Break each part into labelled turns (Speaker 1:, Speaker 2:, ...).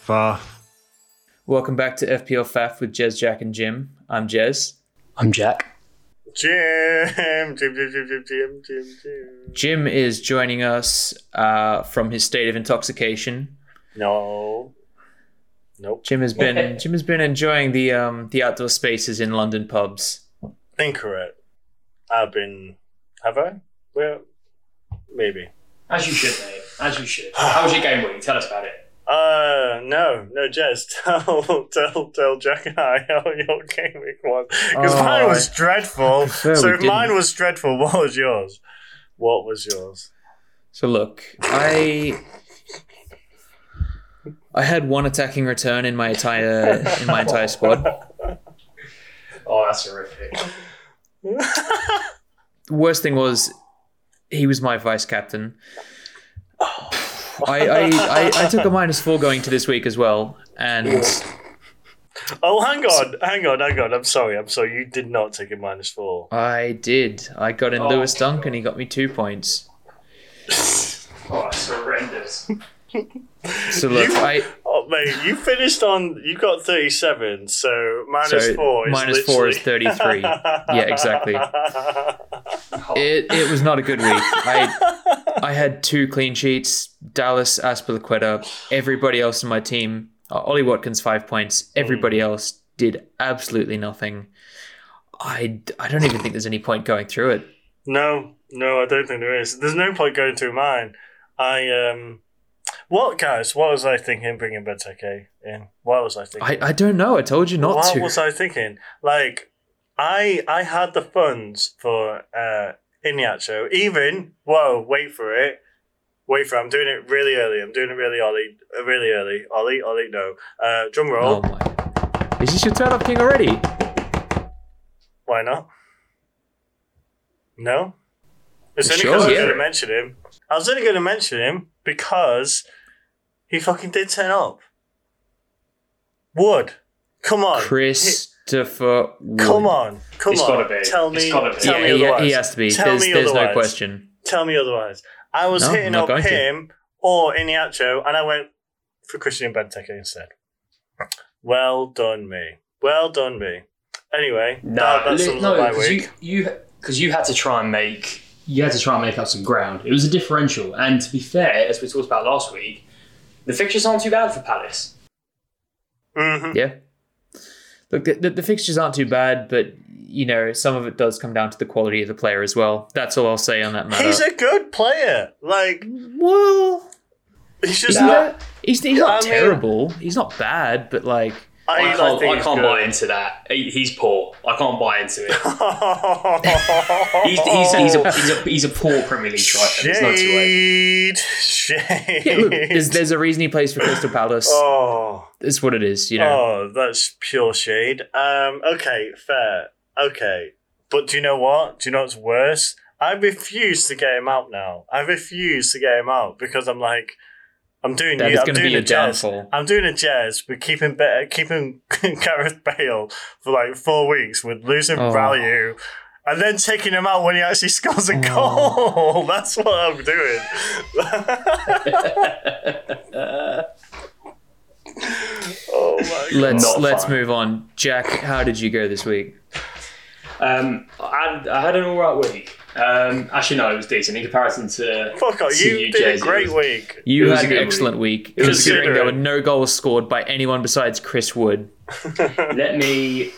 Speaker 1: Far.
Speaker 2: Welcome back to FPL Faf with Jez, Jack, and Jim. I'm Jez.
Speaker 3: I'm Jack.
Speaker 4: Jim, Jim, Jim, Jim, Jim, Jim, Jim, Jim.
Speaker 2: Jim is joining us uh, from his state of intoxication.
Speaker 4: No. Nope.
Speaker 2: Jim has been Jim has been enjoying the um, the outdoor spaces in London pubs.
Speaker 4: Incorrect. I've been. Have I? Well, maybe.
Speaker 5: As you should, mate. As you should. How was your game week? Tell us about it.
Speaker 4: Uh, no, no, Jez, tell, tell, tell Jack and I how your game week was. Because
Speaker 2: Oh,
Speaker 4: mine was
Speaker 2: I-
Speaker 4: dreadful.
Speaker 2: prefer
Speaker 4: So
Speaker 2: we
Speaker 4: if mine
Speaker 2: didn't.
Speaker 4: was dreadful, what was yours? What was yours?
Speaker 2: So look, I I had one attacking return in my entire in my entire squad.
Speaker 5: Oh, that's horrific.
Speaker 2: The worst thing was he was my vice captain. I, I, I, I took a minus four going to this week as well, and
Speaker 4: Oh, hang on, hang on, hang on. I'm sorry, I'm sorry. You did not take a minus four.
Speaker 2: I did. I got in
Speaker 5: Oh.
Speaker 2: Lewis Dunk, and he got me two points.
Speaker 5: Oh, that's horrendous.
Speaker 2: So look,
Speaker 4: You-
Speaker 2: I
Speaker 4: Oh, mate, you finished on. You got 37, so minus
Speaker 2: So
Speaker 4: four is
Speaker 2: minus four is
Speaker 4: literally-
Speaker 2: 33. Yeah, exactly. it, it was not a good week. I I had two clean sheets. Dallas Aspilaqueta. Everybody else in my team. Uh, Ollie Watkins five points.
Speaker 4: Mm.
Speaker 2: Everybody else did absolutely nothing. I, I don't even think there's any point going through it.
Speaker 4: No, no, I don't think there is. There's no point going through mine. I um, what guys? What was I thinking bringing Benteke in? What was I thinking?
Speaker 2: I, I don't know. I told you not
Speaker 4: what
Speaker 2: to.
Speaker 4: was I thinking? Like, I I had the funds for uh Inacho. Even whoa, wait for it. Wait for it. I'm doing it really early. I'm doing it really early. uh, Really early. Ollie, Ollie, no. Uh, drum
Speaker 2: Oh
Speaker 4: roll.
Speaker 2: my! Is this your turn up king already?
Speaker 4: Oh, Why not? No? It's only
Speaker 2: Sure,
Speaker 4: because I'm
Speaker 2: yeah.
Speaker 4: going to mention him. I was only going to mention him because he fucking did turn up. Wood. Come on.
Speaker 2: Christopher.
Speaker 4: He- come on. Come
Speaker 5: It's
Speaker 4: on.
Speaker 5: gotta be.
Speaker 4: Tell
Speaker 5: It's
Speaker 4: me.
Speaker 5: gotta be.
Speaker 4: Tell
Speaker 2: yeah,
Speaker 4: me
Speaker 2: he-
Speaker 4: otherwise.
Speaker 2: he, has to be.
Speaker 4: Tell
Speaker 2: there's
Speaker 4: me
Speaker 2: there's no
Speaker 4: otherwise.
Speaker 2: question.
Speaker 4: Tell me otherwise. I was
Speaker 2: No, I'm
Speaker 4: hitting
Speaker 2: not
Speaker 4: up
Speaker 2: going to.
Speaker 4: him or Iniacho, and I went for Christian Benteke instead. Well done, me. Well done, me. Anyway, that, that
Speaker 5: li-
Speaker 4: sums up my
Speaker 5: because
Speaker 4: week.
Speaker 5: you, you, because
Speaker 3: You had to try and make you had to try and make up some ground. It was a differential, and to be fair, as we talked about last week, the fixtures aren't too bad for Palace.
Speaker 4: Mhm.
Speaker 2: Yeah. Look, the, the, the fixtures aren't too bad, but you know some of it does come down to the quality of the player as well. That's all I'll say on that matter.
Speaker 4: He's a good player. Like
Speaker 2: well,
Speaker 4: he's just
Speaker 2: he's
Speaker 4: not.
Speaker 2: not, he's, he's not
Speaker 4: I mean-
Speaker 2: terrible. he's not bad, but like
Speaker 4: I,
Speaker 5: I
Speaker 4: I
Speaker 5: can't,
Speaker 4: think
Speaker 5: I
Speaker 4: he's
Speaker 5: can't
Speaker 4: good.
Speaker 5: buy into that. He, he's poor. I can't buy into it. He's, he's,
Speaker 4: he's,
Speaker 5: he's,
Speaker 4: Oh.
Speaker 5: a, he's, a, he's a poor Premier League striker. There's no two ways.
Speaker 4: shade.
Speaker 2: yeah, look,
Speaker 4: Shade.
Speaker 2: there's, there's a reason he plays for Crystal Palace.
Speaker 4: oh,
Speaker 2: It's what it is, you know.
Speaker 4: oh, that's pure shade. Um, okay, fair. Okay, but do you know what? Do you know what's worse? I refuse to get him out now. I refuse to get him out because I'm like, I'm doing.
Speaker 2: That
Speaker 4: you-
Speaker 2: is
Speaker 4: I'm
Speaker 2: going to
Speaker 4: doing
Speaker 2: be your
Speaker 4: a jazz.
Speaker 2: downfall.
Speaker 4: I'm doing a jazz, but keeping better, keeping Gareth Bale for like four weeks with losing
Speaker 2: Oh.
Speaker 4: value, and then taking him out when he actually scores a goal. That's what I'm doing. oh my god!
Speaker 2: Let's
Speaker 5: Not
Speaker 2: let's
Speaker 5: fine.
Speaker 2: move on. Jack, how did you go this week?
Speaker 5: Um, I, had- I had an all right week. Um, actually, no, it was decent in comparison to.
Speaker 4: Fuck off!
Speaker 5: to
Speaker 4: You, did
Speaker 5: Jez,
Speaker 4: a
Speaker 5: it
Speaker 4: great
Speaker 5: was-
Speaker 4: week.
Speaker 2: You
Speaker 5: It was
Speaker 2: had
Speaker 5: a
Speaker 2: an
Speaker 5: good
Speaker 2: excellent week,
Speaker 5: It was
Speaker 2: considering
Speaker 4: good.
Speaker 2: there were no goals scored by anyone besides Chris Wood.
Speaker 5: let me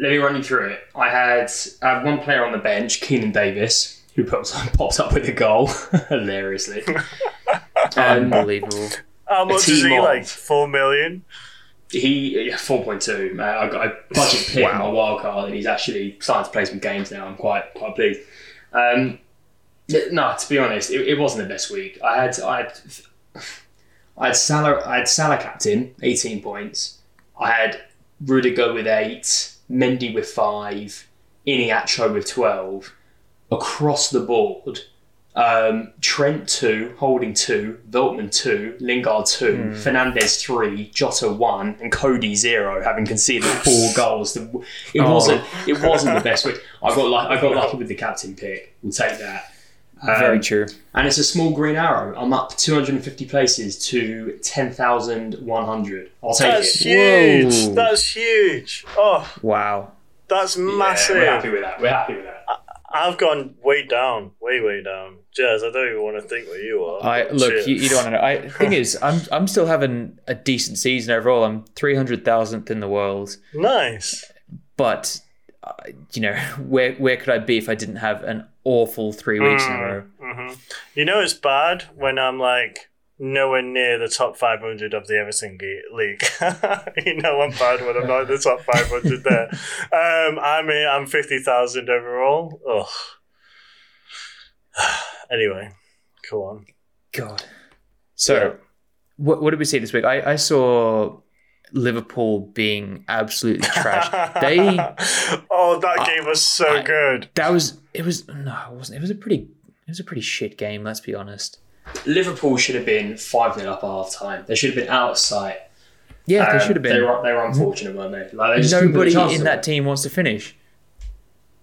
Speaker 5: let me run you through it. I had I had one player on the bench, Keenan Davis, who pops pops up with a goal hilariously. um,
Speaker 2: Unbelievable.
Speaker 4: How much is
Speaker 5: team
Speaker 4: he
Speaker 5: of-
Speaker 4: like? Four million.
Speaker 5: he four point two. Uh, I got a budget pick on my wild card, and he's actually starting to play some games now. I'm quite quite pleased. Um, yeah, no, to be honest, it, it wasn't the best week. I had I had I had Salah I had Salah captain, eighteen points. I had Rudiger with eight, Mendy with five, Iniacho with twelve. Across the board, um, Trent two, Holding two, Veltman two, Lingard two, Fernandez three, Jota one, and Cody zero, having conceded four goals. The- It wasn't it wasn't the best week. I got lu- I got lucky with the captain pick. We'll take that.
Speaker 2: Um, Very true.
Speaker 5: And it's a small green arrow. I'm up 250 places to 10,100. I'll take
Speaker 4: That's
Speaker 5: it.
Speaker 4: huge.
Speaker 2: Whoa.
Speaker 4: That's huge. Oh,
Speaker 2: Wow.
Speaker 4: that's massive.
Speaker 5: Yeah, we're happy with that. We're happy with that.
Speaker 4: I've gone way down, way way down. Jazz, I don't even want to think where you are.
Speaker 2: I
Speaker 4: but
Speaker 2: look,
Speaker 4: shit.
Speaker 2: you, you don't know. I thing is, I'm I'm still having a decent season overall. I'm three hundred thousandth in the world,
Speaker 4: Nice.
Speaker 2: but uh, you know, where where could I be if I didn't have an awful three weeks in a row?
Speaker 5: Mm.
Speaker 4: hmm You know it's bad when I'm like nowhere near the top 500 of the Everton ge- League. you know I'm bad when I'm not in the top 500 there. Um, I'm in, I'm 50,000 overall. Ugh. anyway, go on.
Speaker 2: God. So, what what did we see this week? I, I saw Liverpool being absolutely trash. they
Speaker 4: oh, that game was so
Speaker 2: I-
Speaker 4: good.
Speaker 2: that was it was no, it wasn't. It was a pretty it was a pretty shit game. Let's be honest.
Speaker 5: Liverpool should have been 5 0 up at half time. They should have been out of sight.
Speaker 2: Yeah,
Speaker 5: Um,
Speaker 2: they should have
Speaker 5: They
Speaker 2: been.
Speaker 5: were, they were unfortunate, weren't they? Like, they just couldn't put
Speaker 2: Nobody
Speaker 5: the chances
Speaker 2: in that
Speaker 5: away.
Speaker 2: team wants to finish.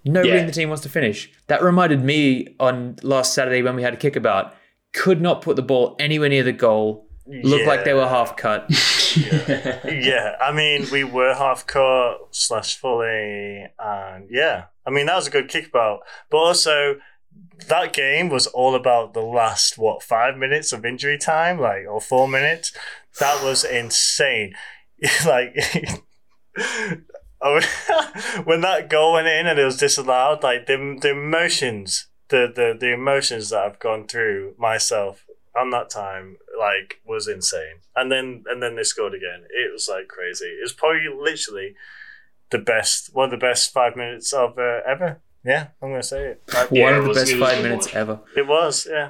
Speaker 2: Nobody
Speaker 5: Yeah.
Speaker 2: in the team wants to finish. That reminded me on last Saturday when we had a kickabout. Could not put the ball anywhere near the goal. Looked like they
Speaker 4: Yeah.
Speaker 2: were half cut.
Speaker 4: yeah, I mean, we were half court slash fully, and yeah, I mean that was a good kickabout, but also that game was all about the last what five minutes of injury time, like or four minutes. That was insane. like I mean, when that goal went in and it was disallowed, like the the emotions, the the the emotions that I've gone through myself on that time, like was insane. And then and then they scored again. It was like crazy. It was probably literally the best, one of the best five minutes of uh, ever. Yeah, I'm gonna say it. Like,
Speaker 5: Yeah,
Speaker 2: One
Speaker 5: it
Speaker 2: of the
Speaker 5: was-
Speaker 2: best
Speaker 5: it was a
Speaker 2: five
Speaker 5: good
Speaker 2: minutes
Speaker 5: one.
Speaker 2: ever.
Speaker 4: It was, yeah.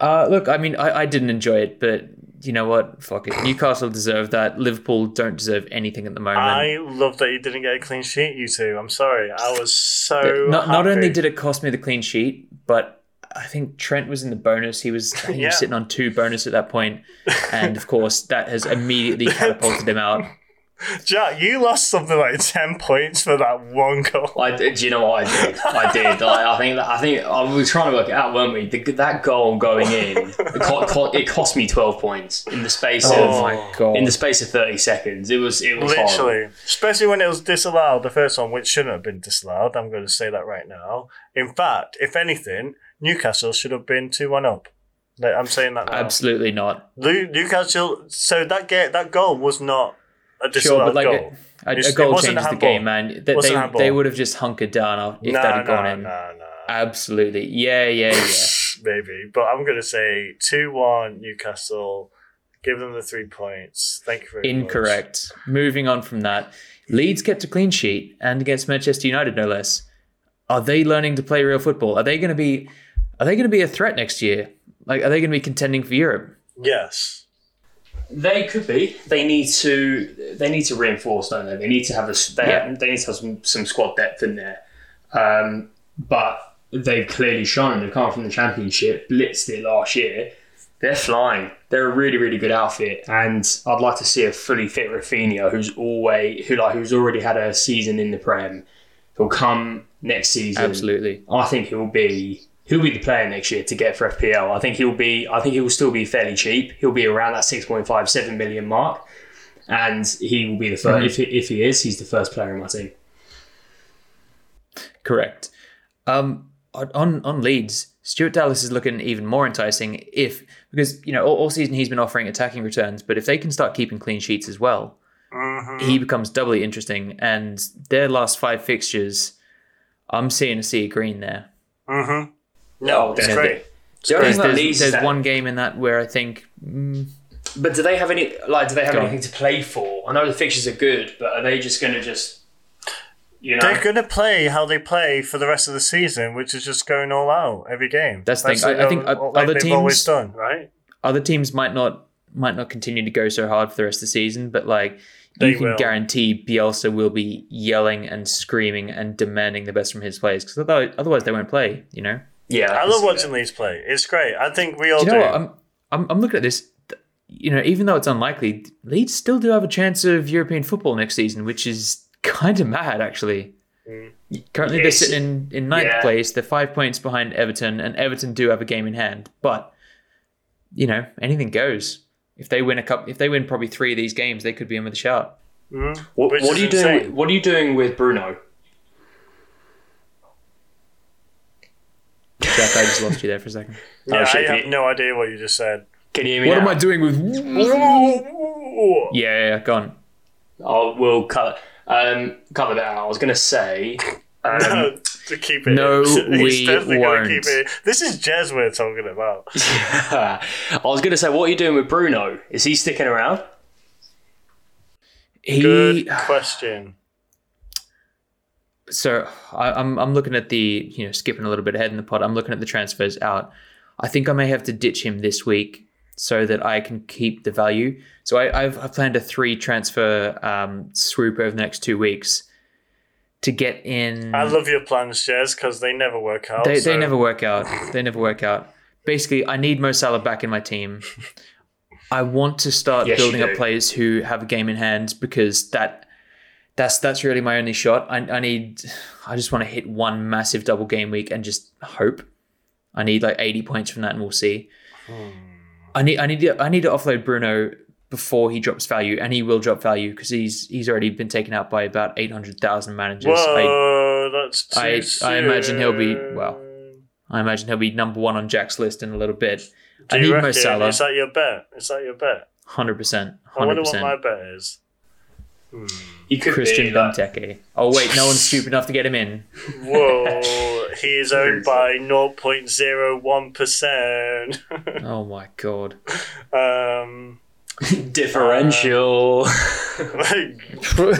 Speaker 2: Uh, look, I mean, I, I didn't enjoy it, but you know what? Fuck it. Newcastle deserve that. Liverpool don't deserve anything at the moment.
Speaker 4: I love that you didn't get a clean sheet, you two. I'm sorry. I was so
Speaker 2: But not, not only
Speaker 4: happy.
Speaker 2: did it cost me the clean sheet, but I think Trent was in the bonus. He was, I think he
Speaker 4: Yeah.
Speaker 2: was sitting on two bonus at that point, and of course that has immediately catapulted him out.
Speaker 4: Jack, you lost something like ten points for that one goal.
Speaker 5: I did- do you know what I did? I did. Like, I think that, I think I we were trying to work it out, weren't we? The, that goal going in, it, co- co- it cost me twelve points in the space
Speaker 2: Oh
Speaker 5: of
Speaker 2: my god!
Speaker 5: in the space of thirty seconds. It was it was horrible.
Speaker 4: Literally, especially when it was disallowed, the first one, which shouldn't have been disallowed. I'm going to say that right now. In fact, if anything, Newcastle should have been two one up. Like, I'm saying that now.
Speaker 2: Absolutely not.
Speaker 4: Lu- Newcastle. So that get that goal was not a
Speaker 2: Sure,
Speaker 4: disallowed
Speaker 2: but like
Speaker 4: goal.
Speaker 2: a, a, a
Speaker 4: It's- it
Speaker 2: goal
Speaker 4: wasn't a
Speaker 2: changes the
Speaker 4: handball.
Speaker 2: game, man. That
Speaker 4: Wasn't a
Speaker 2: they,
Speaker 4: handball.
Speaker 2: they would have just hunkered down if
Speaker 4: No,
Speaker 2: that had gone
Speaker 4: no,
Speaker 2: in.
Speaker 4: no, no.
Speaker 2: Absolutely. Yeah, yeah, yeah.
Speaker 4: maybe. But I'm going to say 2 1 Newcastle. Give them the three points. Thank you very much.
Speaker 2: Incorrect. Moving on from that, Leeds kept a clean sheet and against Manchester United, no less. Are they learning to play real football? Are they going to be? Are they going to be a threat next year? Like, are they going to be contending for Europe?
Speaker 4: Yes.
Speaker 5: They could be. They need to. They need to reinforce, don't they? They need to have a. s- They,
Speaker 2: Yeah.
Speaker 5: they need to have some, some squad depth in there. Um, but they've clearly shown they've come from the championship, blitzed it last year. They're flying. They're a really, really good outfit, and I'd like to see a fully fit Rafinha, who's always who like who's already had a season in the Prem. He'll come next season.
Speaker 2: Absolutely.
Speaker 5: I think he'll be he'll be the player next year to get for FPL. I think he'll be I think he will still be fairly cheap. He'll be around that 6.5 7 million mark and he will be the 1st if, he, if he is he's the first player in my team.
Speaker 2: Correct. Um, on- on on Leeds, Stuart Dallas is looking even more enticing if because you know all, all season he's been offering attacking returns, but if they can start keeping clean sheets as well, he becomes doubly interesting. And their last five fixtures, I'm seeing a sea of green there.
Speaker 4: Mm-hmm. No,
Speaker 5: Oh,
Speaker 4: it's
Speaker 5: definitely.
Speaker 4: great.
Speaker 5: The only
Speaker 2: There's,
Speaker 5: thing that
Speaker 2: there's-
Speaker 5: leads
Speaker 2: there's
Speaker 5: is that-
Speaker 2: one game in that where I think
Speaker 5: but do they have any like do they have
Speaker 2: Go on.
Speaker 5: anything to play for? I know the fixtures are good, but are they just going to just you know
Speaker 4: They're going to play how they play for the rest of the season, which is just going all out every game.
Speaker 2: That's the thing.
Speaker 4: what
Speaker 2: I- I think
Speaker 4: they'll-
Speaker 2: o-
Speaker 4: like
Speaker 2: other
Speaker 4: they've always
Speaker 2: teams-
Speaker 4: done, right?
Speaker 2: other teams might not might not continue to go so hard for the rest of the season, but like
Speaker 4: They
Speaker 2: you can
Speaker 4: will.
Speaker 2: guarantee Bielsa will be yelling and screaming and demanding the best from his players because otherwise they won't play. You know.
Speaker 5: yeah,
Speaker 4: I
Speaker 5: can
Speaker 4: love
Speaker 5: see
Speaker 4: watching Leeds play. It's great. I think we all
Speaker 2: Do
Speaker 4: do.
Speaker 2: you know what? I'm, I'm I'm looking at this. th- You know, even though it's unlikely, Leeds still do have a chance of European football next season, which is kind of mad, actually. Currently, they're sitting in, in ninth
Speaker 5: yeah.
Speaker 2: place. They're five points behind Everton, and Everton do have a game in hand. But you know, anything goes. If they win a cup, if they win probably three of these games, they could be in with a shout.
Speaker 4: Mhm.
Speaker 5: What,
Speaker 4: Which
Speaker 5: what
Speaker 4: is
Speaker 5: are you doing?
Speaker 4: insane.
Speaker 5: With, what are you doing with Bruno?
Speaker 2: Jack, I just lost you there for a second.
Speaker 4: Yeah, I
Speaker 5: Oh, shit,
Speaker 4: have
Speaker 5: yeah.
Speaker 4: no idea what Oh, you just said.
Speaker 5: Can you hear me?
Speaker 2: What
Speaker 5: now?
Speaker 2: am I doing with? Yeah,
Speaker 4: Yeah.
Speaker 2: yeah, yeah, go on.
Speaker 5: I'll, Oh, we'll cut um, cut that out. I was gonna say. Um,
Speaker 4: No, to keep it.
Speaker 2: No,
Speaker 4: in. He's
Speaker 2: we
Speaker 4: definitely
Speaker 2: won't.
Speaker 4: Gonna keep it. in. This is Jez we're talking about.
Speaker 5: I was gonna say, what are you doing with Bruno? Is he sticking around?
Speaker 2: He
Speaker 4: Good question.
Speaker 2: so I, I'm I'm looking at the you know skipping a little bit ahead in the pod. I'm looking at the transfers out. I think I may have to ditch him this week so that I can keep the value. So I, I've I've planned a three transfer um, swoop over the next two weeks to get in.
Speaker 4: I love your plans, Jez, because they never work out.
Speaker 2: Mm. they,
Speaker 4: so-
Speaker 2: they never work out. They never work out. Basically, I need Mo Salah back in my team. I want to start
Speaker 5: Yes, you
Speaker 2: building up
Speaker 5: do.
Speaker 2: players who have a game in hand because that that's that's really my only shot. I, I need I just want to hit one massive double game week and just hope. I need like 80 points from that and we'll see. I need I need to, I need to offload Bruno before he drops value and he will drop value because he's he's already been taken out by about 800,000 managers. I-
Speaker 4: Whoa, that's too
Speaker 2: I- I imagine he'll be-
Speaker 4: soon.
Speaker 2: well, I imagine he'll be number one on Jack's list in a little bit.
Speaker 4: Do
Speaker 2: I
Speaker 4: you
Speaker 2: need Mo
Speaker 4: reckon?
Speaker 2: Salah,
Speaker 4: Is that your bet? Is that your bet?
Speaker 2: hundred percent,
Speaker 4: I
Speaker 2: hundred
Speaker 4: wonder what my
Speaker 2: percent.
Speaker 4: bet is.
Speaker 5: He could
Speaker 2: Christian
Speaker 5: be. Like,
Speaker 2: Benteke. Oh wait, no one's stupid enough to get him in.
Speaker 4: Whoa, he is owned by 0.01%.
Speaker 2: Oh my god.
Speaker 4: um,
Speaker 5: uh, differential
Speaker 4: like, Uh,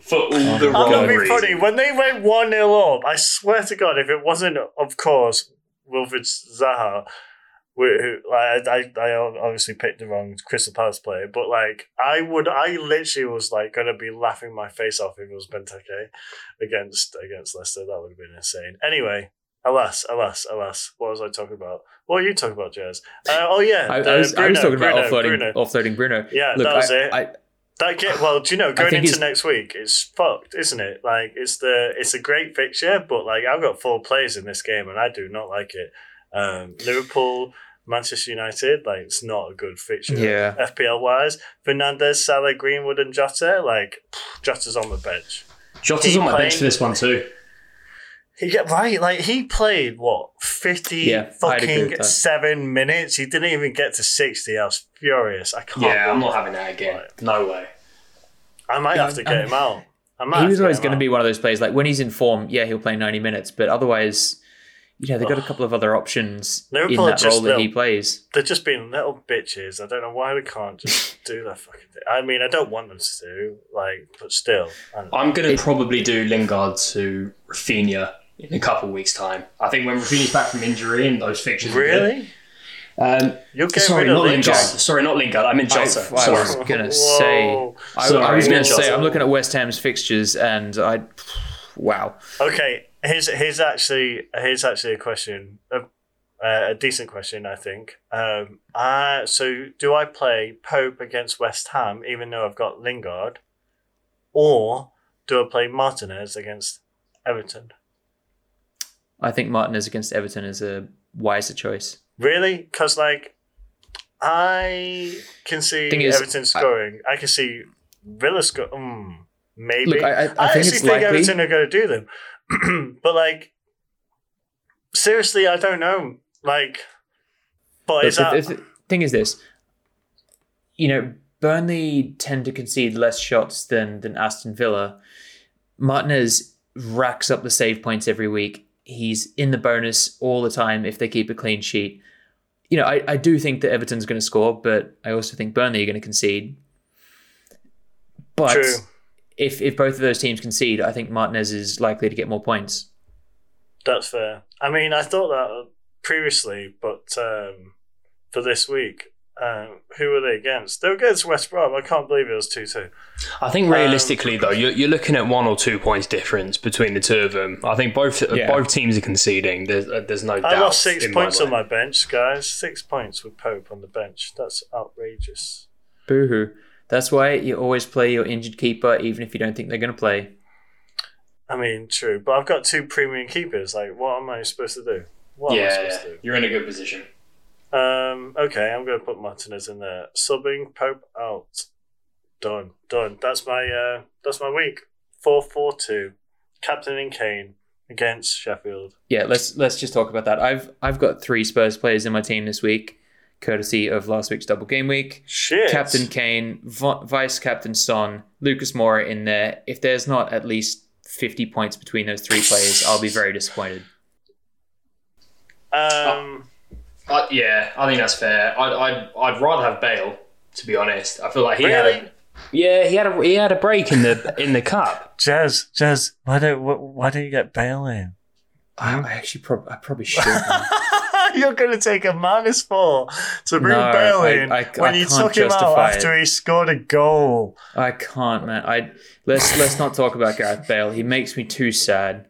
Speaker 5: for all the
Speaker 4: I'm
Speaker 5: wrong
Speaker 4: gonna be
Speaker 5: reasons.
Speaker 4: funny. When they went 1 0 up, I swear to God, if it wasn't, of course, Wilfred Zaha, who, who, like, I, I, I obviously picked the wrong Crystal Palace player, but like, I would, I literally was like going to be laughing my face off if it was Benteke against, against Leicester. That would have been insane. Anyway. Alas, alas, alas! What was I talking about? What were you talking about, Jazz? Uh, oh yeah,
Speaker 2: I,
Speaker 4: uh,
Speaker 2: I, was, I was
Speaker 4: Bruno,
Speaker 2: talking about
Speaker 4: Bruno,
Speaker 2: offloading,
Speaker 4: Bruno.
Speaker 2: offloading Bruno.
Speaker 4: Yeah,
Speaker 2: Look,
Speaker 4: that was
Speaker 2: I,
Speaker 4: it.
Speaker 2: I,
Speaker 4: That get well, do you know, going
Speaker 2: think
Speaker 4: into
Speaker 2: it's-
Speaker 4: next week, it's fucked, isn't it? Like it's the it's a great fixture, but like I've got four players in this game and I do not like it. Um, Liverpool, Manchester United, like it's not a good fixture.
Speaker 2: yeah.
Speaker 4: FPL wise, Fernandez, Salah, Greenwood, and Jota, like Jota's on the bench.
Speaker 3: Jota's on my bench
Speaker 4: playing-
Speaker 3: for this one too.
Speaker 4: He get right, like he played what fifty
Speaker 2: Yeah, I'd agree with
Speaker 4: fucking
Speaker 2: that.
Speaker 4: seven minutes. He didn't even get to sixty. I was furious. I can't.
Speaker 5: Yeah, I'm not having that again. No way.
Speaker 4: I might have to get
Speaker 2: Um,
Speaker 4: him out. I might
Speaker 2: He
Speaker 4: have
Speaker 2: was
Speaker 4: to get
Speaker 2: always
Speaker 4: him
Speaker 2: going to
Speaker 4: out.
Speaker 2: be one of those players. Like when he's in form, yeah, he'll play ninety minutes. But otherwise, you know, they've got a couple of other options in
Speaker 4: Liverpool are
Speaker 2: that
Speaker 4: just
Speaker 2: role that he
Speaker 4: little-
Speaker 2: plays.
Speaker 4: They're just being little bitches. I don't know why we can't just do that fucking thing. I mean, I don't want them to do, like, but still. I don't know.
Speaker 5: I'm gonna probably do Lingard to Rafinha in a couple weeks' time. I think when Rafinha's back from injury and those fixtures. are good.
Speaker 4: Really?
Speaker 5: Um,
Speaker 4: You're getting
Speaker 5: sorry,
Speaker 4: rid of
Speaker 5: not Lingard.
Speaker 4: Lingard.
Speaker 5: Sorry, not Lingard. I meant
Speaker 2: I, I
Speaker 5: Jota. Sorry.
Speaker 2: was going
Speaker 4: Whoa.
Speaker 2: to say. I, I
Speaker 5: Sorry,
Speaker 2: was going to
Speaker 5: Mitchell.
Speaker 2: say, I'm looking at West Ham's fixtures, and I, wow,
Speaker 4: Okay, here's here's actually here's actually a question, a, a decent question, I think. Um, I, so do I play Pope against West Ham, even though I've got Lingard, or do I play Martinez against Everton?
Speaker 2: I think Martinez against Everton is a wiser choice.
Speaker 4: Really? Because like, I can see
Speaker 2: Thing is,
Speaker 4: Everton scoring. I, can see Villa score. Mm, maybe.
Speaker 2: Look, I, I, I,
Speaker 4: I,
Speaker 2: think
Speaker 4: actually
Speaker 2: it's
Speaker 4: think
Speaker 2: likely.
Speaker 4: Everton are going to do them, but like, seriously, I don't know. Like, but
Speaker 2: Look,
Speaker 4: is that
Speaker 2: the, the thing is this, you know, Burnley tend to concede less shots than than Aston Villa. Martinez racks up the save points every week. He's in the bonus all the time if they keep a clean sheet. You know, I, I do think that Everton's going to score, but I also think Burnley are going to concede. But
Speaker 4: true?
Speaker 2: if if both of those teams concede, I think Martinez is likely to get more points.
Speaker 4: That's fair. I mean, I thought that previously, but um, for this week. Um, who were they against? They were against West Brom. I can't believe it was 2 2.
Speaker 5: I think realistically,
Speaker 4: Um,
Speaker 5: though, you're, you're looking at one or two points difference between the two of them. I think both uh,
Speaker 2: Yeah.
Speaker 5: both teams are conceding. There's uh, there's no doubt.
Speaker 4: I lost six
Speaker 5: in
Speaker 4: points on
Speaker 5: mind.
Speaker 4: my bench, guys. Six points with Pope on the bench. That's outrageous.
Speaker 2: Boo hoo. That's why you always play your injured keeper, even if you don't think they're going to play.
Speaker 4: I mean, true, but I've got two premium keepers. Like, what am I supposed to do? What am I
Speaker 5: yeah,
Speaker 4: supposed to
Speaker 5: yeah. you're in a good position.
Speaker 4: do? Um, okay, I'm going to put Martinez in there. Subbing Pope out. Done, done. That's my uh, that's my week. Four four two, captain in Kane against Sheffield.
Speaker 2: Yeah, let's let's just talk about that. I've I've got three Spurs players in my team this week, courtesy of last week's double game week.
Speaker 4: Shit,
Speaker 2: Captain Kane, v- Vice Captain Son, Lucas Moura in there. If there's not at least 50 points between those three players, I'll be very disappointed.
Speaker 4: Um,
Speaker 5: I, Uh, yeah, I think that's fair. I'd, I'd I'd rather have Bale to be honest. I feel like Oh, he had
Speaker 4: really,
Speaker 5: a, yeah he had a he had a break in the in the cup.
Speaker 4: Jez, Jez, why don't wh- why don't you get Bale in?
Speaker 2: I, I actually prob- I probably should. man.
Speaker 4: You're going to take a minus four to bring
Speaker 2: No,
Speaker 4: Bale
Speaker 2: I-
Speaker 4: in
Speaker 2: I- I
Speaker 4: when you
Speaker 2: can't
Speaker 4: took him out
Speaker 2: justify
Speaker 4: after he scored a goal.
Speaker 2: I can't, man. I let's let's not talk about Gareth Bale. He makes me too sad.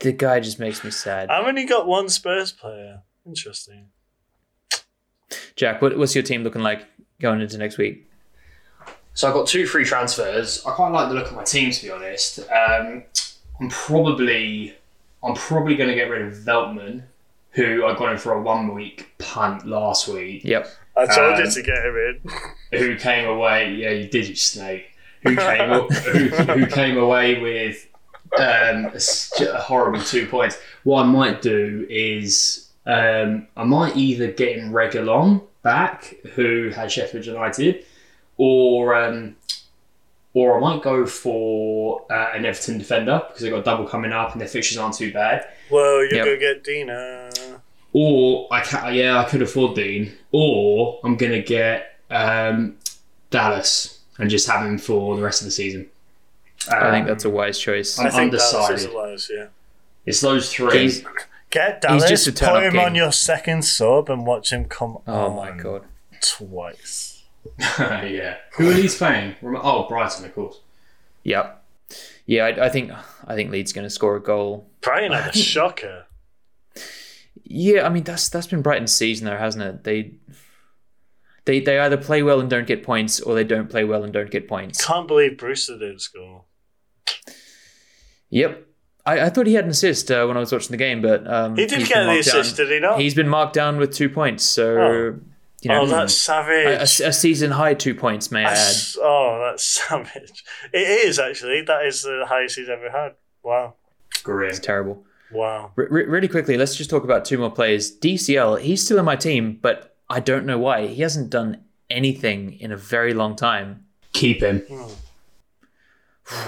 Speaker 2: The guy just makes me sad.
Speaker 4: I've only got one Spurs player. Interesting.
Speaker 2: Jack, what, what's your team looking like going into next week?
Speaker 5: So I got two free transfers. I quite like the look of my team to be honest. Um, I'm probably I'm probably going to get rid of Veltman, who I got in for a one week punt last week.
Speaker 2: Yep.
Speaker 4: I told you
Speaker 5: Um,
Speaker 4: to get him in.
Speaker 5: who came away. Yeah, you did, you snake. Who came who, who came away with um, a s- a horrible two points? What I might do is um, I might either get in Regalon back, who had Sheffield United, or um, or I might go for uh, an Everton defender because they've got double coming up and their fixtures aren't too bad.
Speaker 4: Well, you
Speaker 2: Yep.
Speaker 4: go get Dina.
Speaker 5: Or I can yeah, I could afford Dean. Or I'm gonna get um, Dallas and just have him for the rest of the season.
Speaker 2: I think
Speaker 5: Um,
Speaker 2: that's a wise choice.
Speaker 4: I think Dallas is
Speaker 5: Undecided.
Speaker 4: Elias, yeah.
Speaker 5: it's those three.
Speaker 2: He's-
Speaker 4: Get Dallas,
Speaker 2: just a
Speaker 4: put
Speaker 2: turn-up
Speaker 4: him on
Speaker 2: king.
Speaker 4: your second sub and watch him come
Speaker 2: Oh
Speaker 4: on
Speaker 2: my god.
Speaker 4: twice.
Speaker 5: yeah. Who are these playing? Rem- Oh, Brighton, of course.
Speaker 2: Yep. Yeah, I, I think I think Leeds going to score a goal.
Speaker 4: Brighton had a shocker.
Speaker 2: Yeah, I mean that's that's been Brighton's season though, hasn't it? They they they either play well and don't get points, or they don't play well and don't get points.
Speaker 4: Can't believe Brewster didn't score.
Speaker 2: Yep. I, I thought he had an assist uh, when I was watching the game, but um,
Speaker 4: He did
Speaker 2: he's
Speaker 4: get
Speaker 2: been
Speaker 4: the
Speaker 2: marked down-
Speaker 4: assist, did he not?
Speaker 2: He's been marked down with two points, so
Speaker 4: Oh.
Speaker 2: you know hmm.
Speaker 4: oh, that's
Speaker 2: a,
Speaker 4: savage.
Speaker 2: a- a season high two points, may I add.
Speaker 4: That's- oh, that's savage. It is actually. That is the highest he's ever had. Wow.
Speaker 5: Grim.
Speaker 2: It's terrible.
Speaker 4: Wow.
Speaker 2: R- r- really quickly, let's just talk about two more players. DCL, he's still in my team, but I don't know why. He hasn't done anything in a very long time.
Speaker 5: Keep him.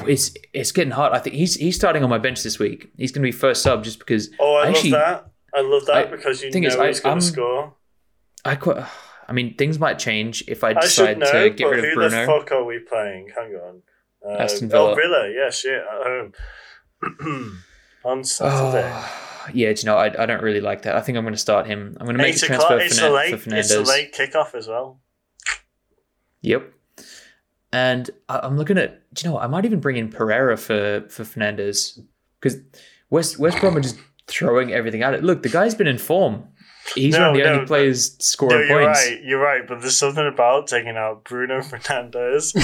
Speaker 2: It's it's getting hard. I think he's he's starting on my bench this week. He's going to be first sub just because.
Speaker 4: Oh, I,
Speaker 2: actually,
Speaker 4: love that. I love that
Speaker 2: I-
Speaker 4: because you
Speaker 2: thing
Speaker 4: know
Speaker 2: is, I-
Speaker 4: he's going
Speaker 2: I'm-
Speaker 4: to score.
Speaker 2: I quite. I mean, things might change if I
Speaker 4: I
Speaker 2: decide
Speaker 4: should know,
Speaker 2: to get
Speaker 4: but
Speaker 2: rid
Speaker 4: who
Speaker 2: of Bruno.
Speaker 4: the fuck are we playing? Hang on. Uh,
Speaker 2: Aston
Speaker 4: Oh,
Speaker 2: Villa.
Speaker 4: Villa. Yeah, shit. At home. On Saturday.
Speaker 2: Oh, yeah, do you know, I, I don't really like that. I think I'm going to start him. I'm going to make
Speaker 4: Eight
Speaker 2: the
Speaker 4: o'clock.
Speaker 2: transfer for,
Speaker 4: It's
Speaker 2: Fernan-
Speaker 4: a
Speaker 2: for
Speaker 4: late. It's
Speaker 2: Fernandez.
Speaker 4: a late kickoff as well.
Speaker 2: Yep. And I, I'm looking at, do you know, what, I might even bring in Pereira for for Fernandez because West West Brom are just throwing everything at it. Look, the guy's been in form. He's one
Speaker 4: No,
Speaker 2: of the
Speaker 4: no,
Speaker 2: only players
Speaker 4: No,
Speaker 2: scoring
Speaker 4: you're
Speaker 2: points.
Speaker 4: right. You're right. But there's something about taking out Bruno Fernandez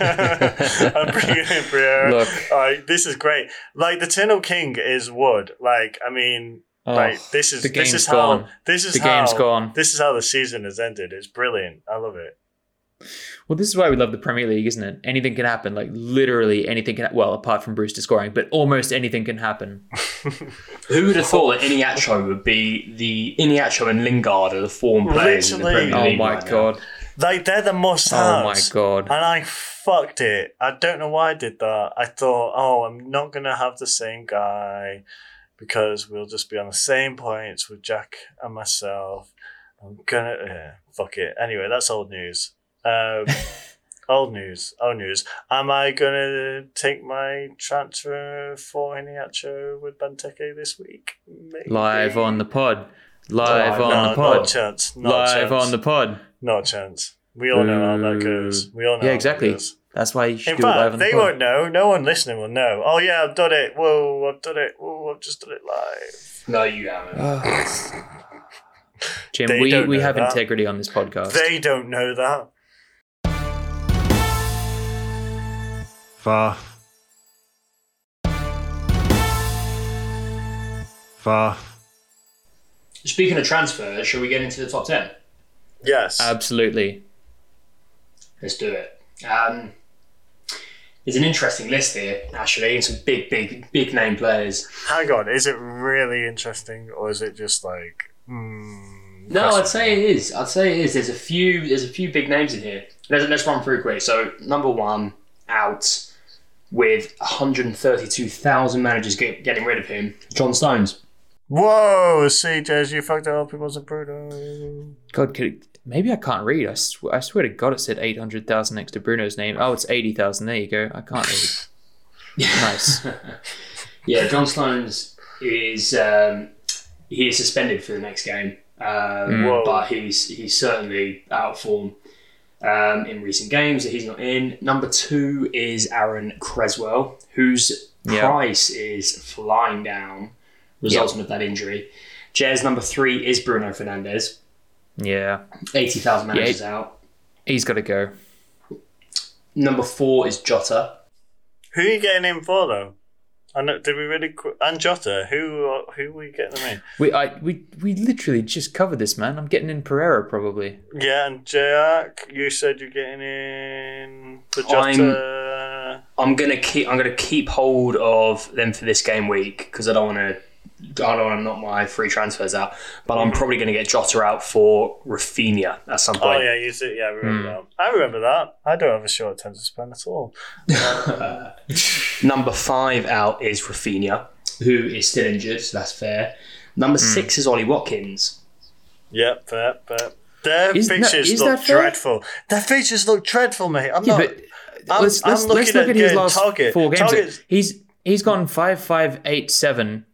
Speaker 4: and bringing in Briere.
Speaker 2: Look.
Speaker 4: Alright, this is great. Like the Tunnel King is wood. Like I mean,
Speaker 2: Oh,
Speaker 4: like this is
Speaker 2: the
Speaker 4: this
Speaker 2: game's
Speaker 4: is
Speaker 2: gone.
Speaker 4: how this is
Speaker 2: the
Speaker 4: how
Speaker 2: game's gone.
Speaker 4: this is how the season has ended. It's brilliant. I love it.
Speaker 2: Well, this is why we love the Premier League, isn't it? Anything can happen. Like literally anything can. Well, apart from Brewster scoring, but almost anything can happen.
Speaker 5: Who would have thought that Iniacho would be the Iniacho and Lingard are the form players in the
Speaker 4: Literally.
Speaker 5: Premier
Speaker 2: Oh
Speaker 5: League
Speaker 2: my
Speaker 5: right now?
Speaker 2: god.
Speaker 4: Like they're the must
Speaker 2: Oh my
Speaker 4: haves.
Speaker 2: god.
Speaker 4: And I fucked it. I don't know why I did that. I thought, oh, I'm not gonna have the same guy because we'll just be on the same points with Jack and myself. I'm gonna yeah, fuck it. Anyway, that's old news. Um, old news. Old news. Am I gonna take my transfer for Iniacho with Benteke this week? Maybe.
Speaker 2: Live on the pod. Live
Speaker 5: Oh,
Speaker 2: on
Speaker 4: no,
Speaker 2: the
Speaker 4: not a
Speaker 2: pod.
Speaker 4: chance. Not a
Speaker 2: Live
Speaker 4: chance.
Speaker 2: on the pod.
Speaker 4: Not a chance. We all know how that goes. We all know. how
Speaker 2: Yeah,
Speaker 4: that
Speaker 2: exactly.
Speaker 4: goes.
Speaker 2: That's why you should
Speaker 4: In
Speaker 2: do it live
Speaker 4: fact,
Speaker 2: on the
Speaker 4: they
Speaker 2: pod.
Speaker 4: won't know. No one listening will know. Oh yeah, I've done it. Whoa, I've done it. Whoa, I've just done it live.
Speaker 5: No, you haven't.
Speaker 2: Jim,
Speaker 4: They
Speaker 2: we,
Speaker 4: don't
Speaker 2: we
Speaker 4: know
Speaker 2: have
Speaker 4: that.
Speaker 2: integrity on this podcast.
Speaker 4: They don't know that.
Speaker 1: Far far.
Speaker 5: Speaking of transfers, shall we get into the top 10?
Speaker 4: Yes.
Speaker 2: Um, Absolutely.
Speaker 5: Let's do it. Um, there's an interesting list here, actually, and some big, big, big name players.
Speaker 4: Hang on, is it really interesting or is it just like. Mm,
Speaker 5: No, I'd
Speaker 4: question?
Speaker 5: say it is. I'd say it is. There's a few. There's a few big names in here. Let's, let's run through quick. So number one out with 132,000 managers get, getting rid of him. John Stones.
Speaker 4: Whoa, CJs, you fucked up. It wasn't Bruno.
Speaker 2: God, could it, maybe I can't read. I, sw- I swear to God, it said 800,000 next to Bruno's name. Oh, it's 80,000. There you go. I can't read. nice.
Speaker 5: Yeah, John Stones is um, he is suspended for the next game, um,
Speaker 2: Mm.
Speaker 4: Whoa.
Speaker 5: but he's he's certainly out of form um, in recent games that he's not in. Number two is Aaron Creswell, whose
Speaker 2: Yeah.
Speaker 5: price is flying down, resulting of that injury. Jez number three is Bruno Fernandez,
Speaker 2: Yeah.
Speaker 5: eighty thousand managers out.
Speaker 2: He's got to go.
Speaker 5: Number four is Jota.
Speaker 4: Who are you getting in for, though? And did we really. qu- And Jota, who, who are we getting them
Speaker 2: We, I, we, we literally just covered this, man. I'm getting in Pereira, probably.
Speaker 4: in? Yeah, and Jack, you said you're getting in for Jota.
Speaker 5: I'm gonna keep. I'm gonna keep hold of them for this game week because I don't want to. I don't want to knock my free transfers out, but I'm probably going to get Jota out for Rafinha at some
Speaker 4: Oh,
Speaker 5: point.
Speaker 4: yeah, you said, yeah, I remember that. I remember that. I don't have a short attention span at all.
Speaker 5: Number five out is Rafinha, who is still injured, so that's fair. Number
Speaker 4: Hmm.
Speaker 5: six is Ollie Watkins.
Speaker 4: Yep, fair, fair. Their
Speaker 2: Is that-
Speaker 4: features
Speaker 2: is
Speaker 4: look
Speaker 2: that fair?
Speaker 4: dreadful. Their features look dreadful, mate. I'm not. I'm-
Speaker 2: let's,
Speaker 4: I'm
Speaker 2: let's,
Speaker 4: looking
Speaker 2: let's look
Speaker 4: at
Speaker 2: at his
Speaker 4: getting
Speaker 2: last
Speaker 4: Target.
Speaker 2: four games.
Speaker 4: Target's-
Speaker 2: He's he's gone five five eight seven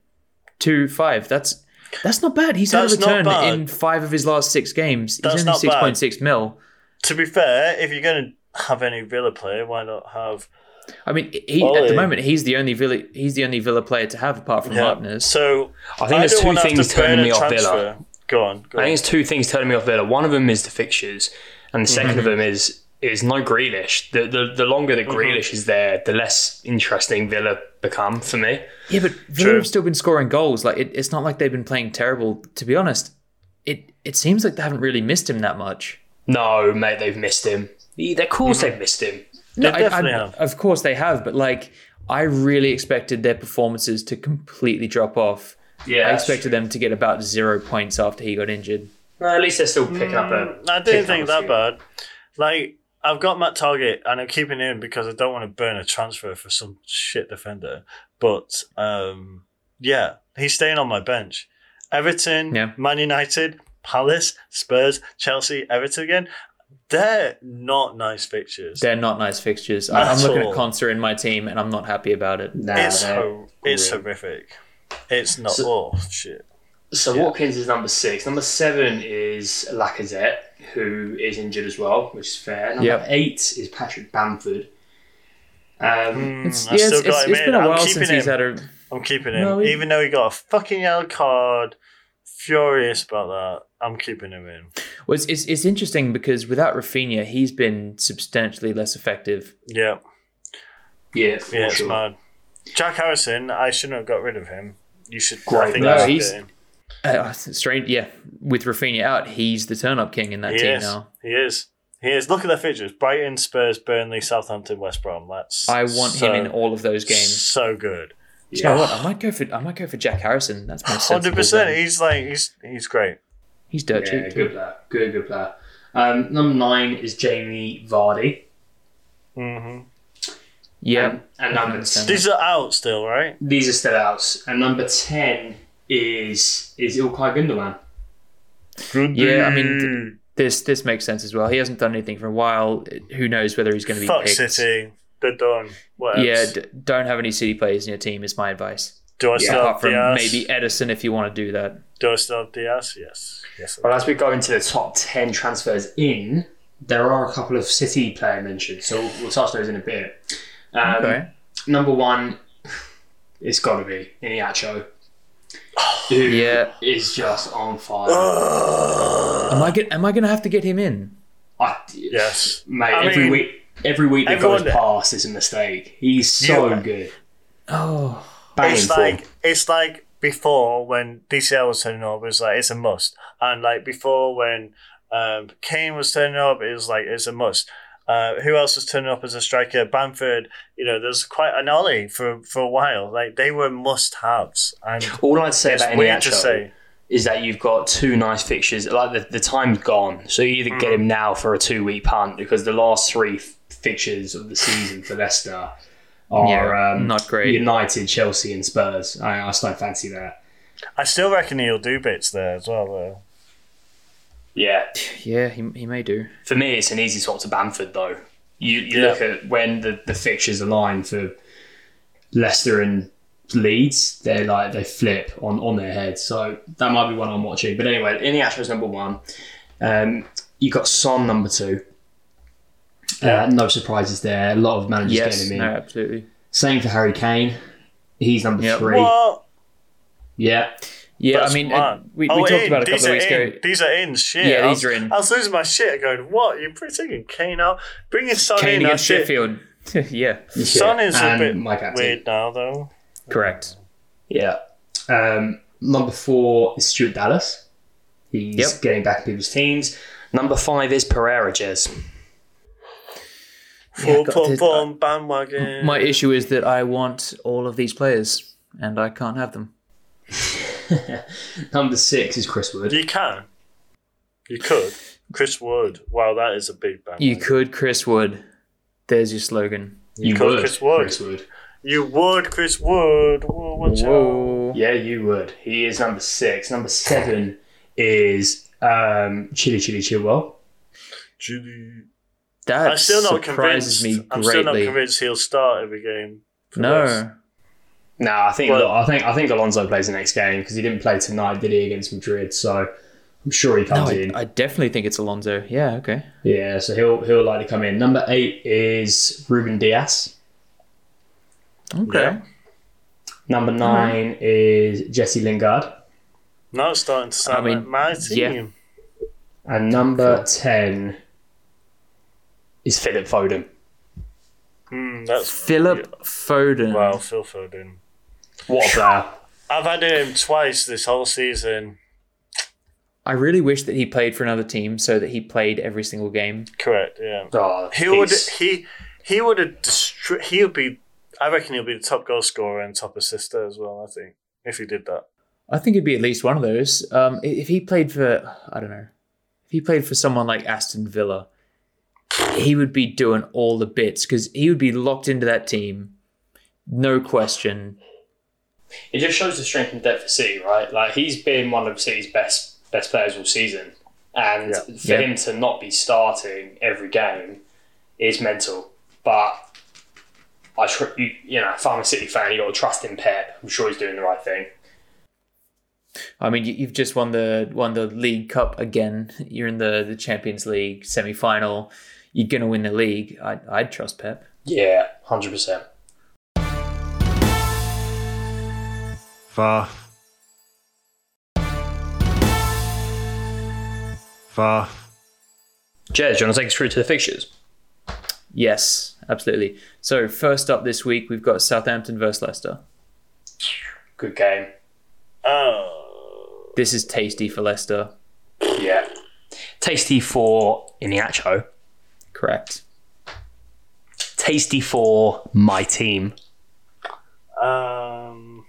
Speaker 2: two five. That's that's not bad. He's had a
Speaker 4: That's not
Speaker 2: return
Speaker 4: bad.
Speaker 2: in five of his last six games.
Speaker 4: That's
Speaker 2: he's only
Speaker 4: not
Speaker 2: six
Speaker 4: bad.
Speaker 2: point six mil.
Speaker 4: To be fair, if you're going to have any Villa player, why not have
Speaker 2: I mean, he at
Speaker 4: Ollie.
Speaker 2: the moment he's the only Villa he's the only Villa player to have apart from Martinez.
Speaker 4: So
Speaker 5: I think there's
Speaker 4: don't
Speaker 5: two
Speaker 4: wanna have
Speaker 5: things
Speaker 4: to burn
Speaker 5: turning
Speaker 4: a
Speaker 5: me off
Speaker 4: transfer.
Speaker 5: Villa.
Speaker 4: Go on, go
Speaker 5: I
Speaker 4: on.
Speaker 5: think it's two things turning me off Villa. One of them is the fixtures, and the 2nd
Speaker 4: Mm-hmm.
Speaker 5: of them is is no Grealish. The the, the longer that Grealish is there, the less interesting Villa become for me.
Speaker 2: Yeah, but Villa have still been scoring goals. Like it, it's not like they've been playing terrible. To be honest, it it seems like they haven't really missed him that much.
Speaker 5: No, mate, they've missed him. Of
Speaker 4: Mm-hmm.
Speaker 5: course they've missed him.
Speaker 2: No, I-
Speaker 4: definitely
Speaker 2: I-
Speaker 4: have.
Speaker 2: Of course they have, but like I really expected their performances to completely drop off.
Speaker 5: Yeah,
Speaker 2: I expected them to get about zero points after he got injured.
Speaker 5: at least they're still picking up a.
Speaker 4: I
Speaker 5: picking
Speaker 4: didn't
Speaker 5: up
Speaker 4: think
Speaker 5: a
Speaker 4: Mm, that
Speaker 5: few.
Speaker 4: bad. Like I've got Matt Target and I'm keeping him because I don't want to burn a transfer for some shit defender. But um, yeah, he's staying on my bench. Everton,
Speaker 2: Yeah.
Speaker 4: Man United, Palace, Spurs, Chelsea, Everton again. They're not nice fixtures.
Speaker 2: They're not nice fixtures. I, I'm
Speaker 4: At
Speaker 2: looking
Speaker 4: all. Mm,
Speaker 2: at Conser in my team, and I'm not happy about it.
Speaker 5: Nah,
Speaker 4: it's
Speaker 5: they're-
Speaker 4: ho- it's horrific. It's not oh shit.
Speaker 5: so Watkins is number six. Number seven is Lacazette, who is injured as well, which is fair. Number
Speaker 2: Yep.
Speaker 5: eight is Patrick Bamford. Um,
Speaker 2: It's,
Speaker 4: Mm,
Speaker 2: yeah,
Speaker 4: I've still
Speaker 2: it's, it's-
Speaker 4: got him
Speaker 2: it's
Speaker 4: in.
Speaker 2: been a
Speaker 4: I'm
Speaker 2: while
Speaker 4: keeping
Speaker 2: since
Speaker 4: him.
Speaker 2: he's had a.
Speaker 4: I'm keeping him,
Speaker 2: No, he-
Speaker 4: even though he got a fucking yellow card. Furious about that. I'm keeping him in.
Speaker 2: Well, it's, it's, it's interesting because without Rafinha, he's been substantially less effective.
Speaker 4: Yeah,
Speaker 5: yeah, for
Speaker 4: yeah, it's
Speaker 5: sure.
Speaker 4: mad. Jack Harrison, I shouldn't have got rid of him. You should. I
Speaker 5: Great
Speaker 4: think
Speaker 5: man.
Speaker 4: you should
Speaker 2: He's-
Speaker 4: get him.
Speaker 2: Uh, strange, yeah. With Rafinha out, he's the turn up king in that
Speaker 4: He
Speaker 2: team
Speaker 4: is.
Speaker 2: now.
Speaker 4: He is. He is. Look at their features: Brighton, Spurs, Burnley, Southampton, West Brom. That's.
Speaker 2: I want
Speaker 4: so,
Speaker 2: him in all of those games.
Speaker 4: So good.
Speaker 2: You know what? I might go for I might go for Jack Harrison. That's my
Speaker 4: Hundred
Speaker 2: hundred
Speaker 4: percent. He's like he's he's great.
Speaker 2: He's dirt
Speaker 5: Yeah,
Speaker 2: cheap.
Speaker 5: good player. Good, good player. Um, number nine is Jamie Vardy.
Speaker 4: hmm
Speaker 2: Yeah,
Speaker 5: And, and number
Speaker 2: understand.
Speaker 4: These are out still, right?
Speaker 5: These are still outs. And number ten is is Ilkay Gundogan.
Speaker 2: yeah. I mean, th-
Speaker 4: Mm.
Speaker 2: this this makes sense as well. He hasn't done anything for a while. Who knows whether he's going to be
Speaker 4: Fuck
Speaker 2: picked?
Speaker 4: City. They're done. What else?
Speaker 2: Yeah, d- don't have any City players in your team. Is my advice.
Speaker 4: Do I still
Speaker 2: Apart
Speaker 4: have
Speaker 2: from
Speaker 4: Diaz?
Speaker 2: maybe Edison, if you want to do that.
Speaker 4: Do I still have Diaz? Yes. Yes.
Speaker 5: Well, as we go into the top 10 transfers in, there are a couple of City player mentioned, so we'll, we'll touch those in a bit. Um,
Speaker 2: Okay.
Speaker 5: Number one, it's got to be Iniacho, who is
Speaker 2: Yeah.
Speaker 5: just on fire.
Speaker 2: Am I get, Am I going to have to get him in?
Speaker 5: I,
Speaker 4: Yes.
Speaker 5: Mate,
Speaker 4: I
Speaker 5: every
Speaker 4: mean,
Speaker 5: week every week that goes
Speaker 4: everyone-
Speaker 5: past is a mistake. He's so
Speaker 4: Yeah.
Speaker 5: good.
Speaker 2: Oh,
Speaker 5: Bang
Speaker 4: It's
Speaker 5: for-
Speaker 4: like it's like before when DCL was turning up, it was like it's a must, and like before when um, Kane was turning up, it was like it's a must. Uh, who else was turning up as a striker? Bamford. You know, there's quite an ollie for for a while. Like they were must haves. And
Speaker 5: All I'd say
Speaker 4: it's
Speaker 5: about
Speaker 4: weird to
Speaker 5: Iheanacho
Speaker 4: say.
Speaker 5: is that you've got two nice fixtures. Like the, the time's gone, so you either get
Speaker 4: Mm.
Speaker 5: him now for a two week punt because the last three f- fixtures of the season for Leicester are
Speaker 2: Yeah,
Speaker 5: um,
Speaker 2: not great.
Speaker 5: United, Chelsea, and Spurs. I, I just don't fancy that.
Speaker 4: I still reckon he'll do bits there as well. Though.
Speaker 5: Yeah,
Speaker 2: Yeah, he, he may do.
Speaker 5: for me, it's an easy swap to Bamford though. You you
Speaker 4: Yeah.
Speaker 5: look at when the the fixtures align for Leicester and Leeds, they're like they flip on on their head. So that might be one I'm watching. But anyway, Iheanacho's number one. Um, you got Son number two. Uh, no surprises there. A lot of managers
Speaker 2: Yes,
Speaker 5: getting him
Speaker 2: no,
Speaker 5: in.
Speaker 2: absolutely.
Speaker 5: Same for Harry Kane. He's number
Speaker 2: Yep.
Speaker 5: three.
Speaker 4: What?
Speaker 5: Yeah.
Speaker 2: Yeah,
Speaker 4: That's
Speaker 2: I mean,
Speaker 4: mad.
Speaker 2: uh, we, we
Speaker 4: Oh,
Speaker 2: talked
Speaker 4: in.
Speaker 2: about it a
Speaker 4: these
Speaker 2: couple of
Speaker 4: are
Speaker 2: weeks
Speaker 4: in.
Speaker 2: ago.
Speaker 4: These are in. Shit.
Speaker 2: Yeah,
Speaker 4: I
Speaker 2: these
Speaker 4: was,
Speaker 2: are in.
Speaker 4: I was losing my shit going, what? You're taking Kane out? Bringing Son
Speaker 2: Kane
Speaker 4: in. I
Speaker 2: against
Speaker 4: did-
Speaker 2: Sheffield. yeah,
Speaker 4: Son is a
Speaker 5: And
Speaker 4: bit
Speaker 5: my captain.
Speaker 4: Weird now, though.
Speaker 2: correct.
Speaker 5: Yeah. Um, number four is Stuart Dallas. He's
Speaker 2: Yep.
Speaker 5: getting back in people's teams. Number five is Pereira, Jez.
Speaker 2: Yeah,
Speaker 4: Boom,
Speaker 2: God,
Speaker 4: boom,
Speaker 2: this-
Speaker 4: boom, bandwagon.
Speaker 2: My issue is that I want all of these players, and I can't have them.
Speaker 5: Number six is Chris Wood.
Speaker 4: You can. You could. Chris Wood. Wow, that is a big bang.
Speaker 2: You could, Chris Wood. There's your slogan.
Speaker 5: You
Speaker 4: called Chris Wood.
Speaker 5: Chris Wood.
Speaker 4: You would, Chris Wood. Whoa, watch out.
Speaker 2: Whoa.
Speaker 5: Yeah, you would. He is number six. Number seven is um, Chili Chili Chilwell.
Speaker 4: Julie.
Speaker 2: That
Speaker 4: I'm still not
Speaker 2: surprises
Speaker 4: convinced.
Speaker 2: me
Speaker 4: I'm still not
Speaker 2: greatly.
Speaker 4: convinced he'll start every game. for us.
Speaker 2: no,
Speaker 5: No, I think
Speaker 4: Well-
Speaker 5: I think I think Alonso plays the next game because he didn't play tonight, did he, against Madrid? So I'm sure he
Speaker 2: no,
Speaker 5: comes
Speaker 2: I,
Speaker 5: in.
Speaker 2: I definitely think it's Alonso. Yeah, okay.
Speaker 5: yeah, so he'll he'll likely come in. Number eight is Ruben Diaz.
Speaker 2: Okay.
Speaker 4: Yeah.
Speaker 5: Number 9 is Jesse Lingard.
Speaker 4: Now it's starting to sound
Speaker 2: I mean,
Speaker 4: like my team.
Speaker 2: yeah.
Speaker 5: And number 10 is Philip Foden.
Speaker 4: Hmm, that's
Speaker 2: Philip Foden.
Speaker 4: wow, Phil Foden.
Speaker 5: What a player.
Speaker 4: I've had him twice this whole season.
Speaker 2: I really wish that he played for another team so that he played every single game.
Speaker 4: Correct. Yeah.
Speaker 5: Oh,
Speaker 4: He would.
Speaker 5: he's-
Speaker 4: He he would have. Distri- he would be. I reckon he'll be the top goal scorer and top assister as well. I think if he did that.
Speaker 2: I think it'd be at least one of those. Um, i- if he played for, I don't know, if he played for someone like Aston Villa, he would be doing all the bits because he would be locked into that team, no question.
Speaker 5: It just shows the strength and depth of City, right? Like, he's been one of City's best best players all season. And
Speaker 4: Yeah.
Speaker 5: for
Speaker 2: Yeah.
Speaker 5: him to not be starting every game is mental. But, I tr- you, you know, if I'm a City fan, you got to trust in Pep. I'm sure he's doing the right thing.
Speaker 2: I mean, you, you've just won the won the League Cup again. You're in the, the Champions League semi final. You're gonna win the league. I, I'd trust Pep.
Speaker 5: Yeah, 100%.
Speaker 1: Far. Far.
Speaker 5: Jez, do you want to take us through to the fixtures?
Speaker 2: Yes, absolutely. So first up this week, we've got Southampton versus Leicester.
Speaker 5: Good game.
Speaker 4: Oh.
Speaker 2: This is tasty for Leicester.
Speaker 5: Yeah. Tasty for Iniacho.
Speaker 2: Correct.
Speaker 5: Tasty for my team.
Speaker 4: Um.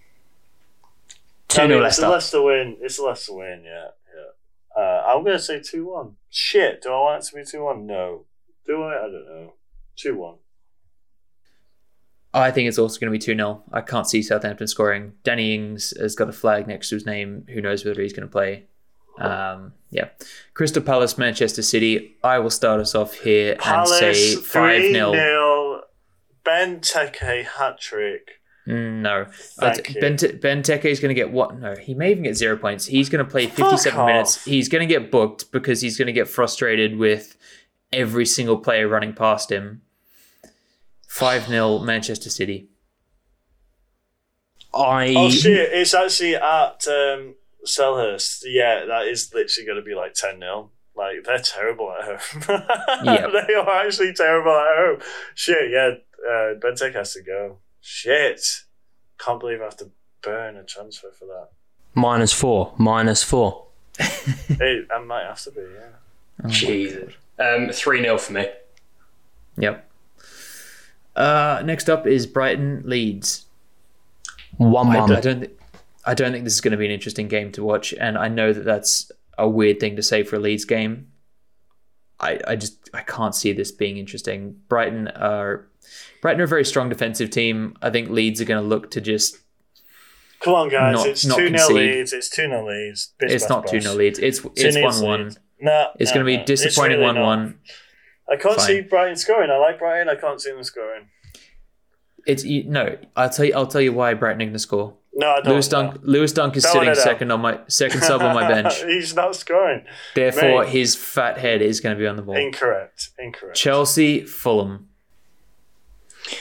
Speaker 5: 2
Speaker 4: I mean,
Speaker 5: 0
Speaker 4: It's a
Speaker 5: Leicester.
Speaker 4: Leicester win. It's a Leicester win. Yeah. Yeah. Uh, I'm gonna say two one. Shit. Do I want it to be two one? No. Do I? I don't know. Two one.
Speaker 2: I think it's also going to be 2 0. I can't see Southampton scoring. Danny Ings has got a flag next to his name. Who knows whether he's going to play? Um, yeah. Crystal Palace, Manchester City. I will start us off here and say
Speaker 4: Palace
Speaker 2: 5
Speaker 4: three
Speaker 2: 0.
Speaker 4: nil. Ben Teke hat trick.
Speaker 2: Mm, No.
Speaker 4: Thank you.
Speaker 2: ben, ben Teke is going to get what? No, he may even get zero points. He's going to play
Speaker 4: Fuck
Speaker 2: 57
Speaker 4: off.
Speaker 2: minutes. He's going to get booked because he's going to get frustrated with every single player running past him. 5 0 Manchester City.
Speaker 5: I.
Speaker 4: Oh shit! It's actually at um, Selhurst. Yeah, that is literally going to be like ten 0 Like they're terrible at home.
Speaker 2: Yeah.
Speaker 4: they are actually terrible at home. Shit. Yeah, uh, Benteke has to go. Shit. Can't believe I have to burn a transfer for that.
Speaker 5: Minus four. Minus four.
Speaker 4: it, I might have to be, yeah.
Speaker 5: Jesus. Oh Um, 3 0 for me.
Speaker 2: Yep. Uh, next up is Brighton Leeds.
Speaker 5: 1
Speaker 2: I,
Speaker 5: 1.
Speaker 2: I don't. Th- I don't think this is going to be an interesting game to watch, and I know that that's a weird thing to say for a Leeds game. I, I just I can't see this being interesting. Brighton are Brighton are a very strong defensive team. I think Leeds are going to look to just
Speaker 4: Come on, guys.
Speaker 2: Not-
Speaker 4: it's
Speaker 2: not
Speaker 4: 2 0
Speaker 2: concede.
Speaker 4: leads. It's 2 0 leads. Bish,
Speaker 2: it's
Speaker 4: bash,
Speaker 2: not two
Speaker 4: bosh.
Speaker 2: 0 Leeds. It's
Speaker 4: Two
Speaker 2: it's
Speaker 4: nil
Speaker 2: one one.
Speaker 4: leads. No,
Speaker 2: It's
Speaker 4: no,
Speaker 2: going to
Speaker 4: no.
Speaker 2: be
Speaker 4: It's
Speaker 2: disappointing
Speaker 4: really
Speaker 2: one
Speaker 4: not.
Speaker 2: one.
Speaker 4: I can't
Speaker 2: Fine.
Speaker 4: see Brighton scoring. I like Brighton. I can't see them scoring.
Speaker 2: It's you, no. I'll tell you. I'll tell you why Brighton are going to score.
Speaker 4: No, I don't.
Speaker 2: Lewis
Speaker 4: no.
Speaker 2: Dunk. Lewis Dunk is
Speaker 4: Don't
Speaker 2: sitting
Speaker 4: wanna know.
Speaker 2: second on my second sub on my bench.
Speaker 4: He's not scoring.
Speaker 2: Therefore,
Speaker 4: Mate.
Speaker 2: his fat head is going to be on the ball.
Speaker 4: Incorrect. Incorrect.
Speaker 2: Chelsea, Fulham.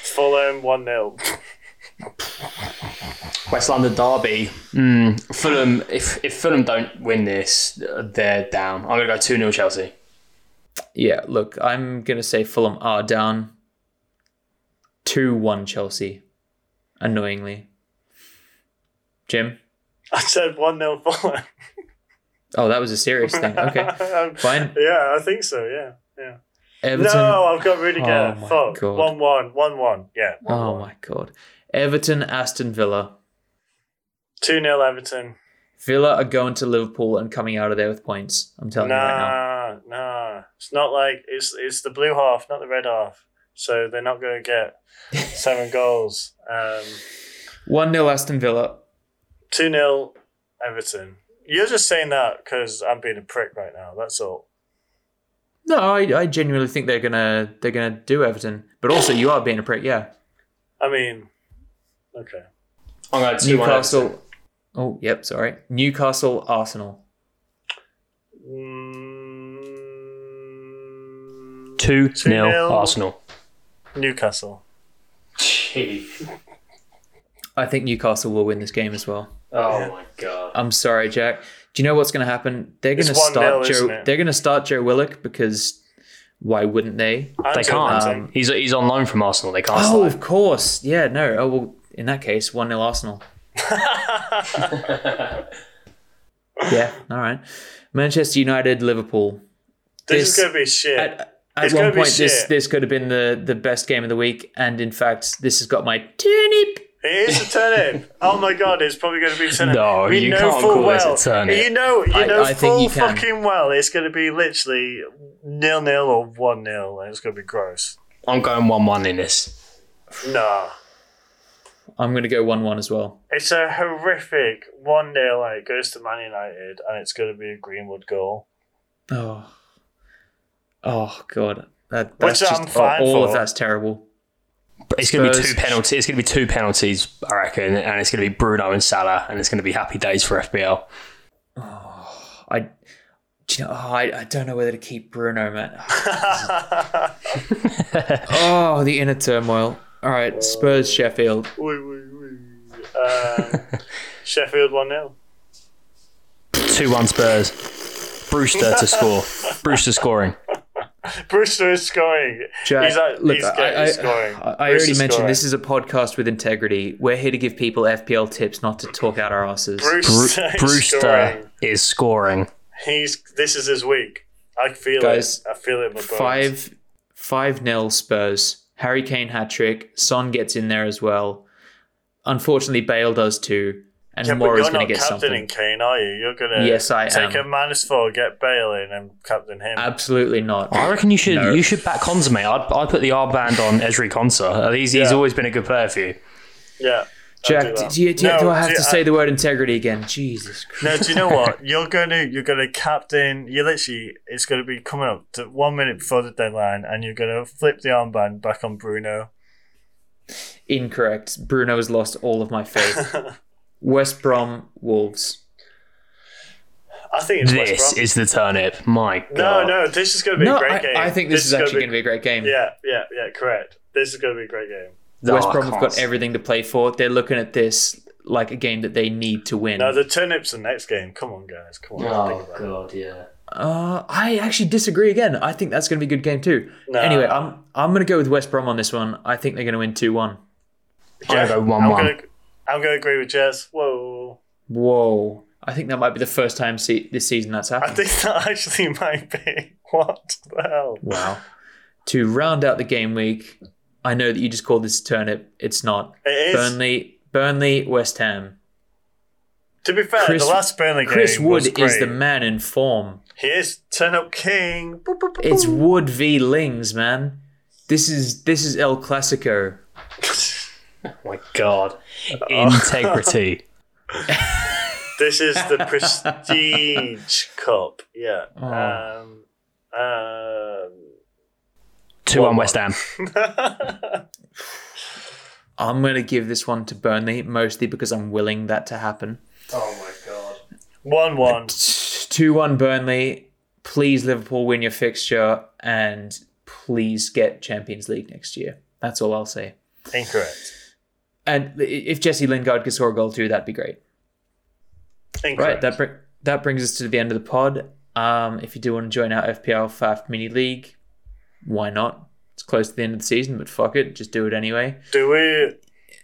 Speaker 4: Fulham 1 0.
Speaker 5: West London derby. Mm, Fulham. If if Fulham don't win this, they're down. I'm gonna go two 0 Chelsea.
Speaker 2: Yeah, look, I'm going to say Fulham are down 2 1 Chelsea, annoyingly. Jim?
Speaker 4: I said 1 0 Fulham.
Speaker 2: Oh, that was a serious thing. Okay.
Speaker 4: Um,
Speaker 2: Fine.
Speaker 4: Yeah, I think so, yeah. yeah.
Speaker 2: Everton.
Speaker 4: No, I've got Rudiger.
Speaker 2: Oh my
Speaker 4: Fuck.
Speaker 2: God.
Speaker 4: 1 1. 1 1. Yeah.
Speaker 2: Oh, my God. Everton, Aston Villa.
Speaker 4: 2 0 Everton.
Speaker 2: Villa are going to Liverpool and coming out of there with points. I'm telling you right now.
Speaker 4: Nah, nah. It's not like it's it's the blue half, not the red half. So they're not going to get seven goals. Um,
Speaker 2: 1 0 Aston Villa.
Speaker 4: 2 0 Everton. You're just saying that because I'm being a prick right now. That's all.
Speaker 2: No, I, I genuinely think they're gonna they're gonna do Everton. But also, you are being a prick, yeah.
Speaker 4: I mean, okay.
Speaker 5: I'm going two one.
Speaker 2: Newcastle. Oh, yep. Sorry, Newcastle, Arsenal.
Speaker 4: Mm,
Speaker 5: Two
Speaker 4: 2-0
Speaker 5: 0 Arsenal.
Speaker 4: Newcastle.
Speaker 5: Gee.
Speaker 2: I think Newcastle will win this game as well.
Speaker 5: Oh my god.
Speaker 2: I'm sorry, Jack. Do you know what's going to happen? They're going to
Speaker 4: It's 1-0,
Speaker 2: start
Speaker 4: isn't
Speaker 2: Joe.
Speaker 4: it?
Speaker 2: They're going to start Joe Willock because why wouldn't they?
Speaker 4: I'm
Speaker 5: They
Speaker 4: doing
Speaker 5: can't.
Speaker 4: that.
Speaker 2: Um,
Speaker 5: he's he's on loan from Arsenal. They can't.
Speaker 2: Oh,
Speaker 5: Oh.
Speaker 2: of course. Yeah. No. Oh well. In that case, one 0 Arsenal. yeah. All right. Manchester United, Liverpool.
Speaker 4: this, is
Speaker 2: This-
Speaker 4: going to be shit.
Speaker 2: At, at
Speaker 4: It's
Speaker 2: one
Speaker 4: gonna be
Speaker 2: point, this
Speaker 4: shit.
Speaker 2: this could have been the the best game of the week, and in fact, this has got my turnip.
Speaker 4: It is a turnip. oh my god, it's probably going to be a turnip.
Speaker 5: No, you can't call this a turnip.
Speaker 4: You know, you
Speaker 2: I-
Speaker 4: know
Speaker 2: I think
Speaker 4: full
Speaker 2: you can.
Speaker 4: fucking well it's going to be literally nil nil or one nil, and it's going to be gross.
Speaker 5: I'm going one one in this.
Speaker 4: Nah,
Speaker 2: I'm going to go one one as well.
Speaker 4: it's a horrific one nil, and it goes to Man United, and it's going to be a Greenwood goal.
Speaker 2: Oh, oh God, that, that's
Speaker 4: Which
Speaker 2: just
Speaker 4: I'm fine
Speaker 2: all
Speaker 4: for.
Speaker 2: of that's terrible.
Speaker 5: But It's going to be
Speaker 2: Spurs.
Speaker 5: two penalties. It's going to be two penalties, I reckon, and it's going to be Bruno and Salah, and it's going to be happy days for FBL.
Speaker 2: I, do you know, oh, I, I don't know whether to keep Bruno, man. oh, the inner turmoil. All right, Spurs, Sheffield.
Speaker 4: Wee, wee, wee. Um, Sheffield one 0
Speaker 5: Two one Spurs. Brewster to score. Brewster scoring.
Speaker 4: Brewster is scoring.
Speaker 2: Jack,
Speaker 4: he's like,
Speaker 2: look,
Speaker 4: he's,
Speaker 2: I,
Speaker 4: getting-
Speaker 2: I,
Speaker 4: he's scoring.
Speaker 2: I, I already
Speaker 4: Brewster's
Speaker 2: mentioned
Speaker 4: scoring.
Speaker 2: this is a podcast with integrity. We're here to give people FPL tips, not to talk out our asses.
Speaker 5: Bru-
Speaker 4: Brewster. is
Speaker 5: Brewster
Speaker 4: scoring.
Speaker 5: is scoring.
Speaker 4: He's this is his week. I feel
Speaker 2: Guys,
Speaker 4: it. I feel it. In my bones.
Speaker 2: Five, five nil Spurs. Harry Kane hat trick. Son gets in there as well. Unfortunately, Bale does too, and
Speaker 4: Yeah, but
Speaker 2: Moore is
Speaker 4: you're
Speaker 2: going
Speaker 4: not
Speaker 2: to get
Speaker 4: captaining
Speaker 2: something.
Speaker 4: Kane, are you? You're gonna
Speaker 2: Yes, I
Speaker 4: take
Speaker 2: am.
Speaker 4: a minus four, get Bale in, and captain him.
Speaker 2: Absolutely not.
Speaker 5: I reckon you should
Speaker 2: No.
Speaker 5: you should back Konza, mate. I'd, I'd put the R band on Esri Konza. At least he's
Speaker 4: Yeah.
Speaker 5: always been a good player for you.
Speaker 4: yeah.
Speaker 2: Jack, do,
Speaker 4: that.
Speaker 2: you, do, you-
Speaker 4: No,
Speaker 2: do I have
Speaker 4: do
Speaker 2: to
Speaker 4: you-
Speaker 2: say the word integrity again? Jesus Christ.
Speaker 4: No, do you know what? You're gonna you're gonna captain. You literally it's gonna be coming up to one minute before the deadline, and you're gonna flip the armband back on Bruno.
Speaker 2: Incorrect. Bruno has lost all of my faith. West Brom Wolves.
Speaker 4: I think it's
Speaker 5: This
Speaker 4: West Brom.
Speaker 5: is the turnip. My
Speaker 4: No,
Speaker 5: God.
Speaker 4: no, this is gonna be
Speaker 2: No,
Speaker 4: a great
Speaker 2: I,
Speaker 4: game.
Speaker 2: I think this, is actually going to
Speaker 4: gonna
Speaker 2: be a great game.
Speaker 4: Yeah, yeah, yeah. Correct. This is gonna be a great game.
Speaker 2: West
Speaker 5: Oh, I
Speaker 2: Brom have
Speaker 5: can't
Speaker 2: got
Speaker 5: see.
Speaker 2: everything to play for. They're looking at this like a game that they need to win.
Speaker 4: No, the turnips the next game. Come on, guys. Come on. think
Speaker 5: Oh
Speaker 4: about it.
Speaker 5: God, yeah.
Speaker 2: Uh, I actually disagree again. I think that's going to be a good game too. Anyway, I'm I'm going to go with West Brom on this one. I think they're going to win two one.
Speaker 5: I'm gonna go
Speaker 4: I'm
Speaker 5: one one.
Speaker 4: gonna- I'm going to agree with Jess. Whoa.
Speaker 2: Whoa. I think that might be the first time se- this season that's
Speaker 4: I
Speaker 2: happened.
Speaker 4: think that actually might be. What the hell?
Speaker 2: wow. To round out the game week, I know that you just called this a turnip. It's not.
Speaker 4: It is.
Speaker 2: Burnley, Burnley, West Ham.
Speaker 4: to be fair,
Speaker 2: Chris-
Speaker 4: the last Burnley game
Speaker 2: Chris
Speaker 4: was
Speaker 2: Wood
Speaker 4: great.
Speaker 2: is the man in form.
Speaker 4: He is turn up king. Boop, boop, boop,
Speaker 2: It's
Speaker 4: boop.
Speaker 2: Wood v Lings, man. This is this is El Clasico.
Speaker 5: Oh my god. Integrity.
Speaker 4: this is the Prestige Cup. Yeah.
Speaker 2: Oh.
Speaker 4: Um, um,
Speaker 5: 2 1 West Ham.
Speaker 2: I'm gonna give this one to Burnley mostly because I'm willing that to happen.
Speaker 5: Oh my god.
Speaker 4: one one.
Speaker 2: Two one Burnley. Please Liverpool win your fixture and please get Champions League next year. That's all I'll say.
Speaker 4: Incorrect.
Speaker 2: And i- if Jesse Lingard could score a goal too, that'd be great. Right.
Speaker 4: Incorrect.
Speaker 2: That br- that brings us to the end of the pod. Um, if you do want to join our FPL Faft Mini League, why not? It's close to the end of the season, but fuck it, just do it anyway.
Speaker 4: Do we?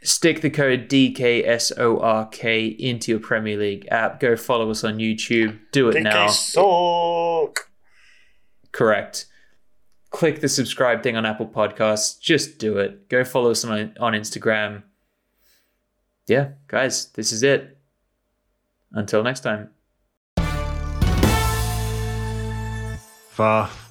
Speaker 2: stick the code DKSORK into your Premier League app. Go follow us on YouTube. Do it
Speaker 4: Think
Speaker 2: now.
Speaker 4: they suck.
Speaker 2: Correct. Click the subscribe thing on Apple Podcasts. Just do it. Go follow us on, on Instagram. Yeah, guys, this is it. Until next time.
Speaker 1: faff.